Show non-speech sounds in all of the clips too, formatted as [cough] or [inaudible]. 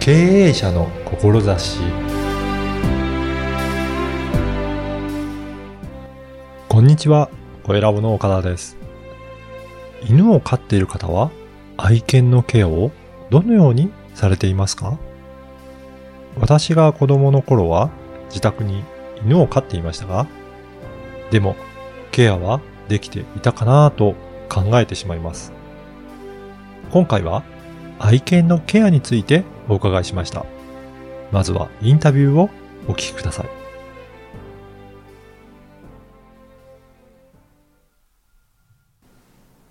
経営者の志こんにちは、小ラボの岡田です。犬を飼っている方は愛犬のケアをどのようにされていますか私が子供の頃は自宅に犬を飼っていましたが、でもケアはできていたかなぁと考えてしまいます。今回は愛犬のケアについてお伺いしました。まずはインタビューをお聞きください。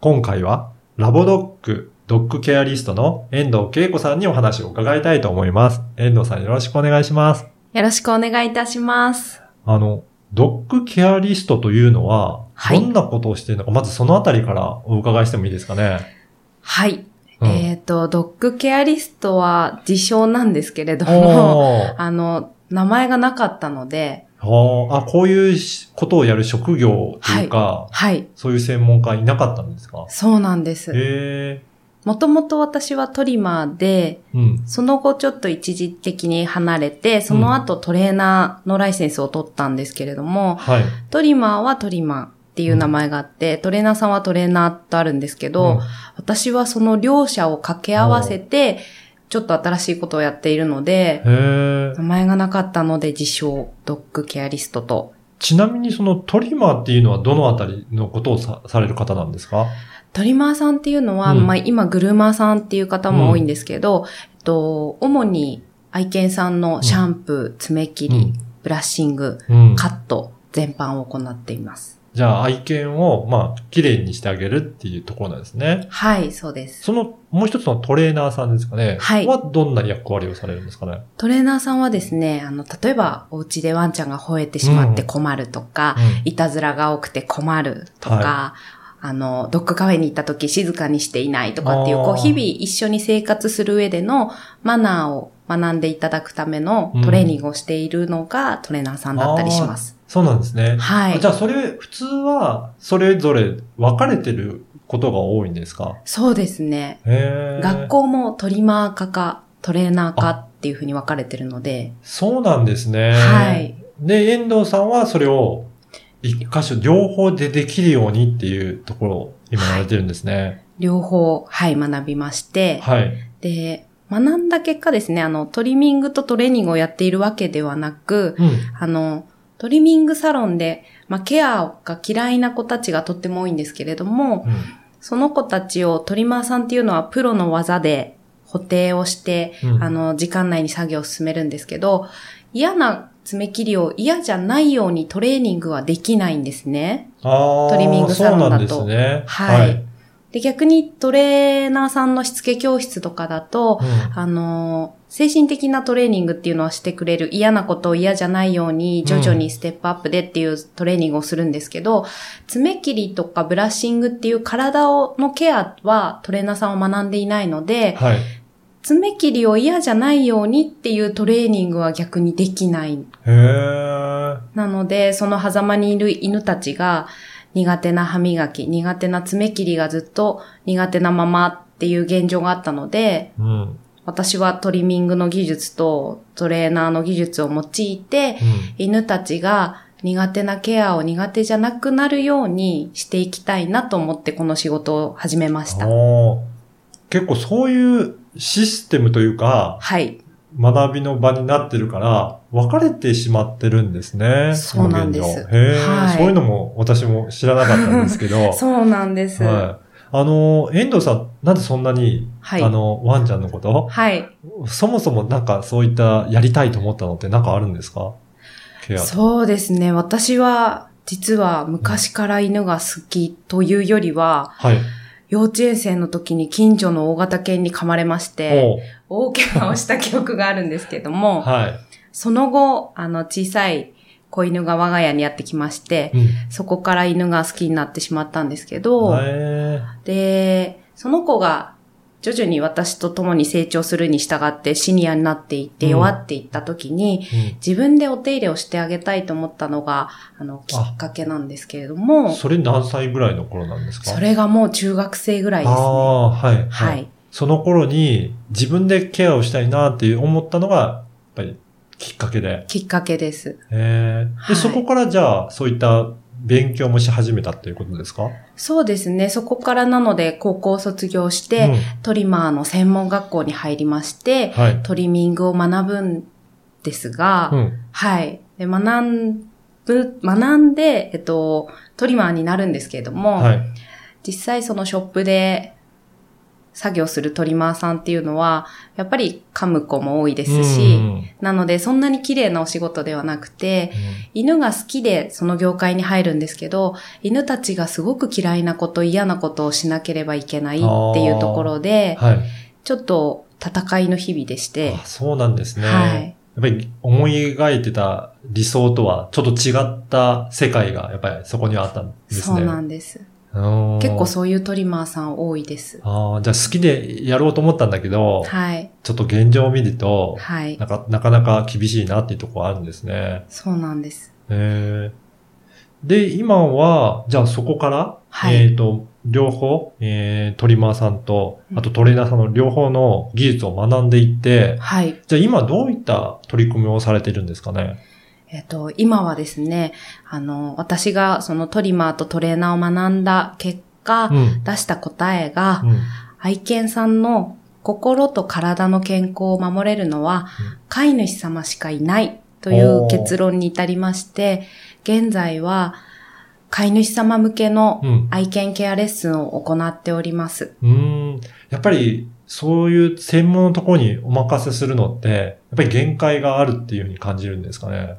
今回はラボドッグ、ドッグケアリストの遠藤恵子さんにお話を伺いたいと思います。遠藤さんよろしくお願いします。よろしくお願いいたします。あの、ドッグケアリストというのは、はいどんなことをしているのか、まずそのあたりからお伺いしてもいいですかね。はい。うんえっ、と、ドッグケアリストは自称なんですけれども、おーあの、名前がなかったので、ああ、あこういうしことをやる職業というか、はい、そういう専門家いなかったんですかそうなんです。へえ、もともと私はトリマーで、うん。その後ちょっと一時的に離れて、その後トレーナーのライセンスを取ったんですけれども、はい。トリマーはトリマーっていう名前があって、トレーナーさんはトレーナーとあるんですけうど、ん私はその両者を掛け合わせて、ちょっと新しいことをやっているので、へえ。名前がなかったので自称、ドッグケアリストと。ちなみにそのトリマーっていうのはどのあたりのことをさされる方なんですかトリマーさんっていうのは、うんまあ今グルーマーさんっていう方も多いんですけど、えっと、主に愛犬さんのシャンプー、爪切り、ブラッシング、うん。うんカット全般を行っています。じゃあ愛犬を、まあ、綺麗にしてあげるっていうところなんですね。はい、そうです。その、もう一つのトレーナーさんですかね。はいはどんな役割をされるんですかね。トレーナーさんはですね、あの、例えばお家でワンちゃんが吠えてしまって困るとか、いたずらが多くて困るとか、はあの、ドッグカフェに行った時静かにしていないとかっていう、あーこう、日々一緒に生活する上でのマナーを学んでいただくためのトレーニングをしているのがトレーナーさんだったりします。そうなんですね。はいじ。ゃあそれ、普通は、それぞれ分かれてることが多いんですかそうですね。へえ。学校もトリマー科かトレーナー科っていうふうに分かれてるので、そうなんですね。はい。で、遠藤さんはそれを一箇所両方でできるようにっていうところを今やられてるんですね。両方、はい、学びまして、はい。で、学んだ結果ですね、あの、トリミングとトレーニングをやっているわけではなく、うん。あの、トリミングサロンで、まあ、ケアが嫌いな子たちがとっても多いんですけれども、その子たちをトリマーさんっていうのはプロの技で補定をして、うん。うんあ、の、時間内に作業を進めるんですけど、嫌な爪切りを嫌じゃないようにトレーニングはできないんですね。あートリミングサロンだとそうなんですね。はいで、逆にトレーナーさんのしつけ教室とかだと、あの、精神的なトレーニングっていうのはしてくれる嫌なことを嫌じゃないように徐々にステップアップでっていうトレーニングをするんですけど、爪切りとかブラッシングっていう体をのケアはトレーナーさんは学んでいないのうんで、はい。爪切りを嫌じゃないようにっていうトレーニングは逆にできない。へーなので、その狭間にいる犬たちが苦手な歯磨き、苦手な爪切りがずっと苦手なままっていう現状があったので、うん。うん。私はトリミングの技術とトレーナーの技術を用いて、犬たちが苦手なケアを苦手じゃなくなるようにしていきたいなと思ってこの仕事を始めました。おー結構そういうシステムというか、はい。学びの場になってるから、分かれてしまってるんですね。そうなんですこの現状へーはいそういうのも私も知らなかったんです [laughs] けど。そうなんです。ははい。あの、遠藤さん、なんでそんなに、い。あの、ワンちゃんのことはい。そもそもなんかそういったやりたいと思ったのってなんかあるんですかケア。そうですね。私は実は昔から犬が好きというよりは、はい。幼稚園生の時に近所の大型犬に噛まれまして、おう大怪我をした記憶があるんですけ [laughs] ども、はその後、あの、小さい子犬が我が家にやってきましてい。、うん。そこから犬が好きになってしまったんですけど、へで、その子が徐々に私と共に成長するに従ってシニアになっていってうん弱っていった時に、ー自分でお手入れをしてあげたいと思ったのが、あの、きっかけなんですけれどうんも、それ何歳ぐらいの頃なんですかそれがもう中学生ぐらいですあね。あー、はい。は。い。その頃に自分でケアをしたいなっていう思ったのが、やっぱりきっかけで。きっかけです。えーで、はいそこからじゃあ、そういった勉強もし始めたっていうことですかそうですね。そこからなので高校を卒業して、うトリマーの専門学校に入りましてん、、はい。トリミングを学ぶんですが、うん。はい。で、学んぶ、学んで、えっと、トリマーになるんですけれども、はい。実際そのショップで作業するトリマーさんっていうのは、やっぱり噛む子も多いですし、うんうんなのでそんなに綺麗なお仕事ではなくて、犬が好きでその業界に入るんですけど、犬たちがすごく嫌いなこと、嫌なことをしなければいけないっていうところで、はい。ちょっと戦いの日々でして、あそうなんですね。はい。やっぱり思い描いてた理想とはちょっと違った世界がやっぱりそこにはあったんですね。そうなんんです。結結構そういうトリマーさん多いです。ああ、じゃあ好きでやろうと思ったんだけど、はい。ちょっと現状を見ると、はい。なかなかなか厳しいなっていうところあるんですね。そうなんです。へえで、今は、じゃあそこから、はえいっ、と、両方、えー、トリマーさんとう、んあとトレーナーさんの両方の技術を学んでいって、はい。じゃあ今どういった取り組みをされてるんですかねえっと、今はですね、あの、私がそのトリマーとトレーナーを学んだ結果、うん。出した答えが、うん愛犬さんの心と体の健康を守れるのはうん、飼い主様しかいないという結論に至りまして、現在は飼い主様向けのうん。愛犬ケアレッスンを行っております。うーん。やっぱり、そういう専門のところにお任せするのって、やっぱり限界があるっていうふうに感じるんですかね。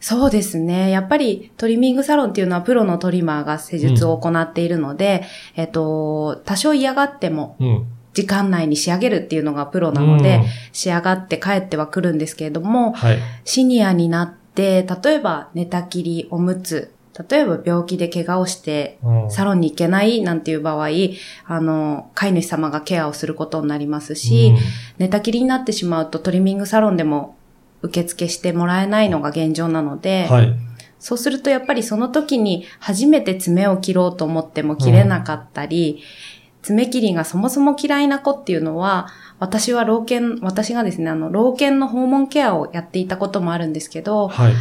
そうですね。やっぱりトリミングサロンっていうのはプロのトリマーが施術を行っているので、えっと、多少嫌がってもうん。時間内に仕上げるっていうのがプロなので、うん、仕上がって帰っては来るんですけれども、はい。シニアになって、例えば寝たきり、おむつ、例えば病気で怪我をして、うんサロンに行けないなんていう場合、あの、飼い主様がケアをすることになりますし、寝たきりになってしまうとトリミングサロンでも受付してもらえないのが現状なのうでん、はい。そうするとやっぱりその時に初めて爪を切ろうと思っても切れなかったり、爪切りがそもそも嫌いな子っていうのは、私は老犬、私がですね、あの、老犬の訪問ケアをやっていたこともあるんですけど、はい。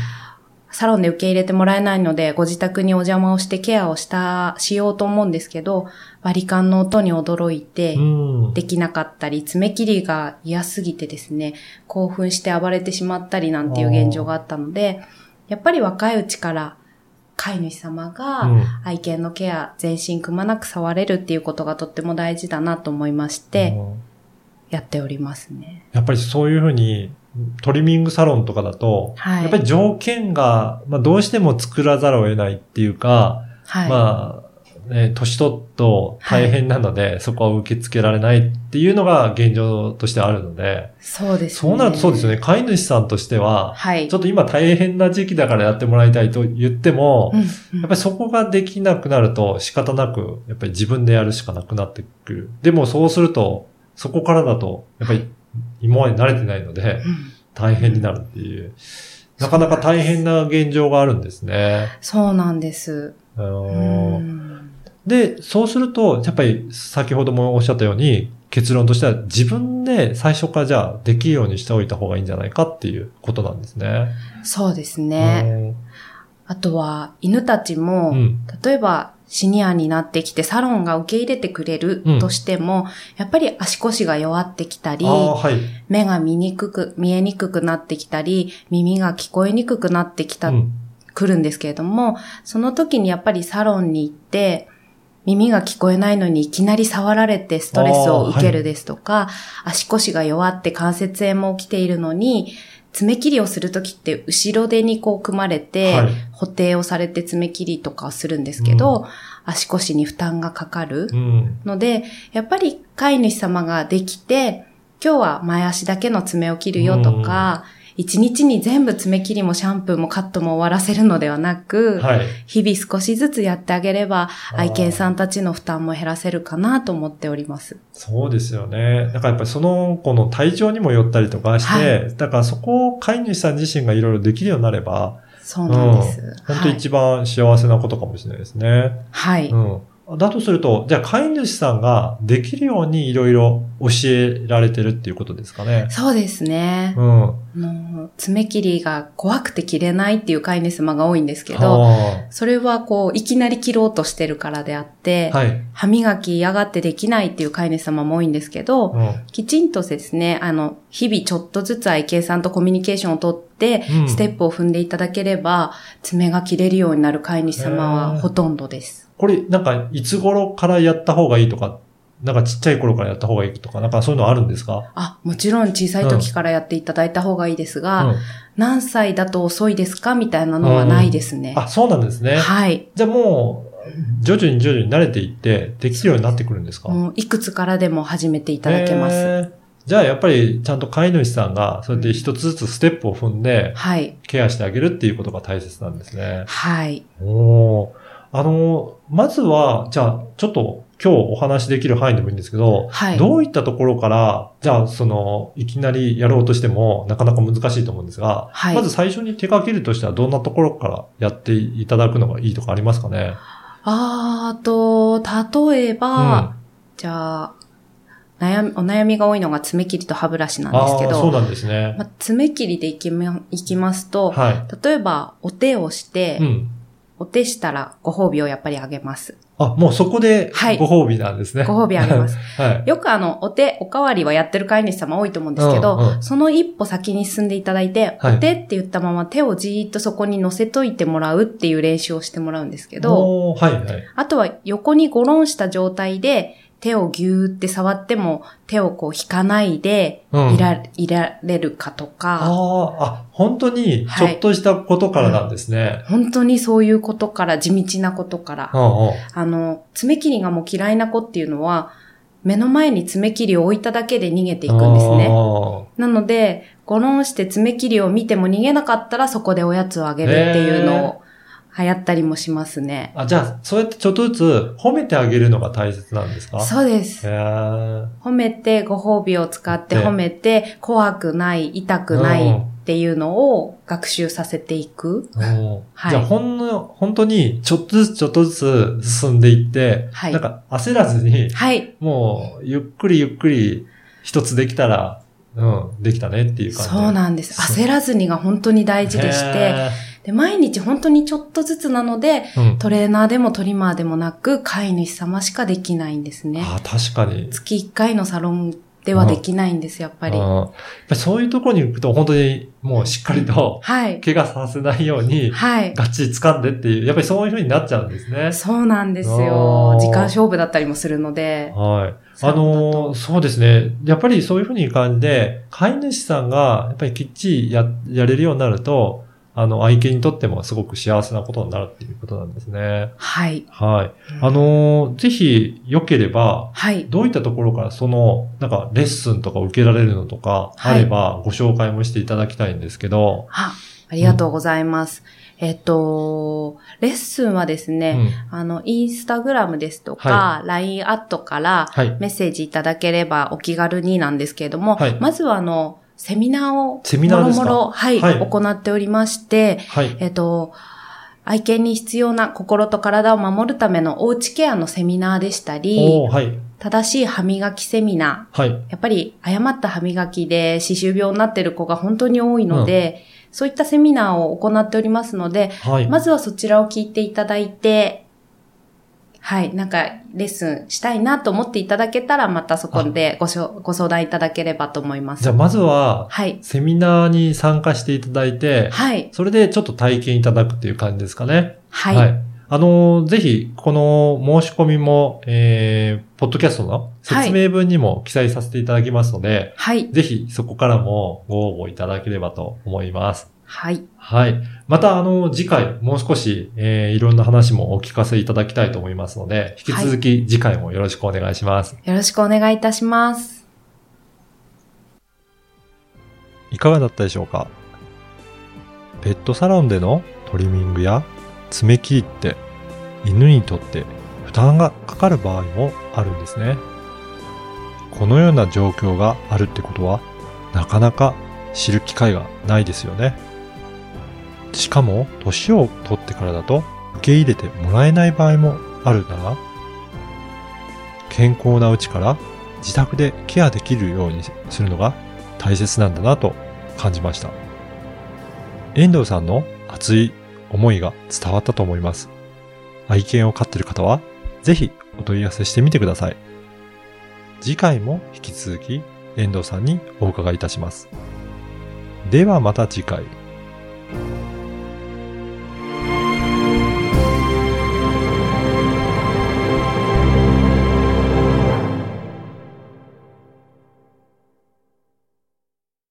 サロンで受け入れてもらえないので、ご自宅にお邪魔をしてケアをした、しようと思うんですけど、割り勘の音に驚いて、うん。できなかったり、爪切りが嫌すぎてですね、興奮して暴れてしまったりなんていう現状があったので、やっぱり若いうちから飼い主様うがん愛犬のケア、全身くまなく触れるっていうことがとっても大事だなと思いまして、うんやっておりますね。やっぱりそういうふうに、トリミングサロンとかだと、はい。やっぱり条件が、まあどうしても作らざるを得ないっていうか、はい。まあ、ね、年取ると大変なので、そこは受け付けられないっていうのが現状としてあるので、そうですね。そうなるとそうですよね、飼い主さんとしては、はい。ちょっと今大変な時期だからやってもらいたいと言っても、うんうんやっぱりそこができなくなると仕方なく、やっぱり自分でやるしかなくなってくる。でもそうすると、そこからだと、やっぱり今まで慣れてないので、うん大変になるっていう。なかなか大変な現状があるんですね。そうなんです。あうのーんで、そうすると、やっぱり先ほどもおっしゃったように、結論としては自分で最初からじゃあできるようにしておいた方がいいんじゃないかっていうことなんですね。そうですね。あとは、犬たちうも、ん。うん。例えば、シニアになってきてサロンが受け入れてくれるとしても、やっぱり足腰が弱ってきたりあ、あ、はい。目が見にくく、見えにくくなってきたり、耳が聞こえにくくなってきた、うんくるんですけれども、その時にやっぱりサロンに行って、耳が聞こえないのにいきなり触られてストレスを受けるですとか、足腰が弱って関節炎も起きているのに、爪切りをするときって後ろ手にこう組まれて、はい補定をされて爪切りとかをするんですけうど、足腰に負担がかかるうん。ので、やっぱり飼い主様ができて、今日は前足だけの爪を切るよとか、一日に全部爪切りもシャンプーもカットも終わらせるのではなく、はい。日々少しずつやってあげれば、ー愛犬さんたちの負担も減らせるかなと思っております。そうですよね。だからやっぱりその子の体調にもよったりとかして、だからそこを飼い主さん自身がいろいろできるようになれば、そうなんです。本当はい。一番幸せなことかもしれないですね。はい。うん。だとすると、じゃあ飼い主さんができるようにいろいろ教えられてるっていうことですかね。そうですね。うん。あもう爪切りが怖くて切れないっていう飼い主様が多いんですけど、あそれはこう、いきなり切ろうとしてるからであって、はい。歯磨きやがってできないっていう飼い主様も多いんですけど、うんきちんとですね、あの、日々ちょっとずつ愛犬さんとコミュニケーションをとって、うんステップを踏んでいただければ、爪が切れるようになる飼い主様はほとんどです。これ、なんか、いつ頃からやった方がいいとか、なんかちっちゃい頃からやった方がいいとか、なんかそういうのあるんですかあ、もちろん小さい時からやっていただいた方がいいですが、うん、何歳だと遅いですかみたいなのはないですね。あ、そうなんですね。はい。じゃあもう、徐々に徐々に慣れていって、できるようになってくるんですかもういくつからでも始めていただけます。へーじゃあやっぱりちゃんと飼い主さんが、そうやって一つずつステップを踏んで、はい。ケアしてあげるっていうことが大切なんですね。はい。おーあの、まずは、じゃあちょっと今日お話しできる範囲でもいいんですけど、はい。どういったところから、じゃあその、いきなりやろうとしてもなかなか難しいと思うんですが、はいまず最初に手掛けるとしてはどんなところからやっていただくのがいいとかありますかねあーと、例えば、うんじゃあ、悩み、お悩みが多いのが爪切りと歯ブラシなんですけあーそうど、なんですね。まあ、爪切りでいき,、ま、いきますと、は例えば、お手をして、い。うん。お手したらご褒美をやっぱりあげ [laughs] ます。あ、もうそこではいご褒美なんですね。ご褒美あげます。はい。よくあの、お手、おかわりはやってる飼い主様多いと思うんですけど、うんうんその一歩先に進んでいただいて、はいお手って言ったまま手をじーっとそこに乗せといてもらうっていう練習をしてもらうんですけど、おーはいはい。あとは横にゴロンした状態で、手をぎゅーって触っても手をこう引かないでうんいら、いられるかとあか、あ、あ、本当にちょはいっとしたことからなんですね。本当にそういうことから、地道なことから、うんうんあの、爪切りがもう嫌いな子っていうのは、目の前に爪切りを置いただけで逃げていくんですね。あなので、ゴロンして爪切りを見ても逃げなかったらそこでおやつをあげるっていうのを流行ったりもしますね。ーあじゃあ、そうやってちょっとずつ褒めてあげるのが大切なんですかそうですへ。ー褒めて、ご褒美を使ってね褒めて、怖くない、痛くないっていうのを学習させていく。うんはいじゃあ、ほんの、本当に、ちょっとずつちょっとずつ進んでいって、はいなんか焦らずに、はい。もう、ゆっくりゆっくり、一つできたら、うん、できたねっていう感じ。そうなんです。焦らずにが本当に大事でして、で毎日本当にちょっとずつなので、て、うん。トレーナーでもトリマーでもなく、飼い主様しかできないんですね。あー確かに。月1回のサロンではできないんです、やっぱりうん。やっぱりそういうところに行くと、本当にもうしっかりと、はい。怪我させないように、はい。ガッチリ掴んでっていう、やっぱりそういう風になっちゃうんですね。そうなんですあよー。時間勝負だったりもするので。はい。そうあだとのーそうですね。やっぱりそういう風に感じで、飼い主さんが、やっぱりきっちりや、やれるようになると、あの、愛犬にとってもすごく幸せなことになるっていうことなんですね。はい。はい。うんあのーぜひ、良ければ、はい。どういったところからその、なんか、レッスンとか受けられるのとか、あはれいば、ご紹介もしていただきたいんですけど。あ、ありがとうございます。えっと、レッスンはですうね、ん。あの、インスタグラムですとはか、LINE アットからはい。メッセージいただければお気軽になんですけれども、はいまずはあの、セミナーを、セミナーですかもろもろ、はい、はい行っておりまして、はい。えっと、愛犬に必要な心と体を守るためのおうちケアのセミナーでしたり、おーはい。正しい歯磨きセミナはい。ー。やっぱり誤った歯磨きで歯周病になっている子が本当に多いので、そういったセミナーを行っておりますので、はい。まずはそちらを聞いていただいて、はい、なんかレッスンしたいなと思っていただけたら、またそこでごしょご相談いただければと思いまじすゃあ、。まずは、はい。セミナーに参加していただいて、はい。それでちょっと体験いただくっていう感じですかね。はい。あのーぜひ、この申し込みも、えー、ポッドキャストの説明文にも記載させていただきますので、はい。ぜひそこからもご応募いただければと思います。はい。はい。また、あの、次回、もう少し、えー、いろんな話もお聞かせいただきたいと思いますので、引き続き次回もよろしくお願いします。よろしくお願いいたします。いかがだったでしょうかペットサロンでのトリミングや爪切りって犬にとって負担がかかる場合もあるんですね。このような状況があるってことはなかなか知る機会がないですよね。しかも年を取ってからだと受け入れてもらえない場合もあるなら健康なうちから自宅でケアできるようにするのが大切なんだなと感じました。遠藤さんの熱い思いが伝わったと思います。愛犬を飼っている方は、ぜひお問い合わせしてみてください。次回も引き続き遠藤さんにお伺いいたします。ではまた次回。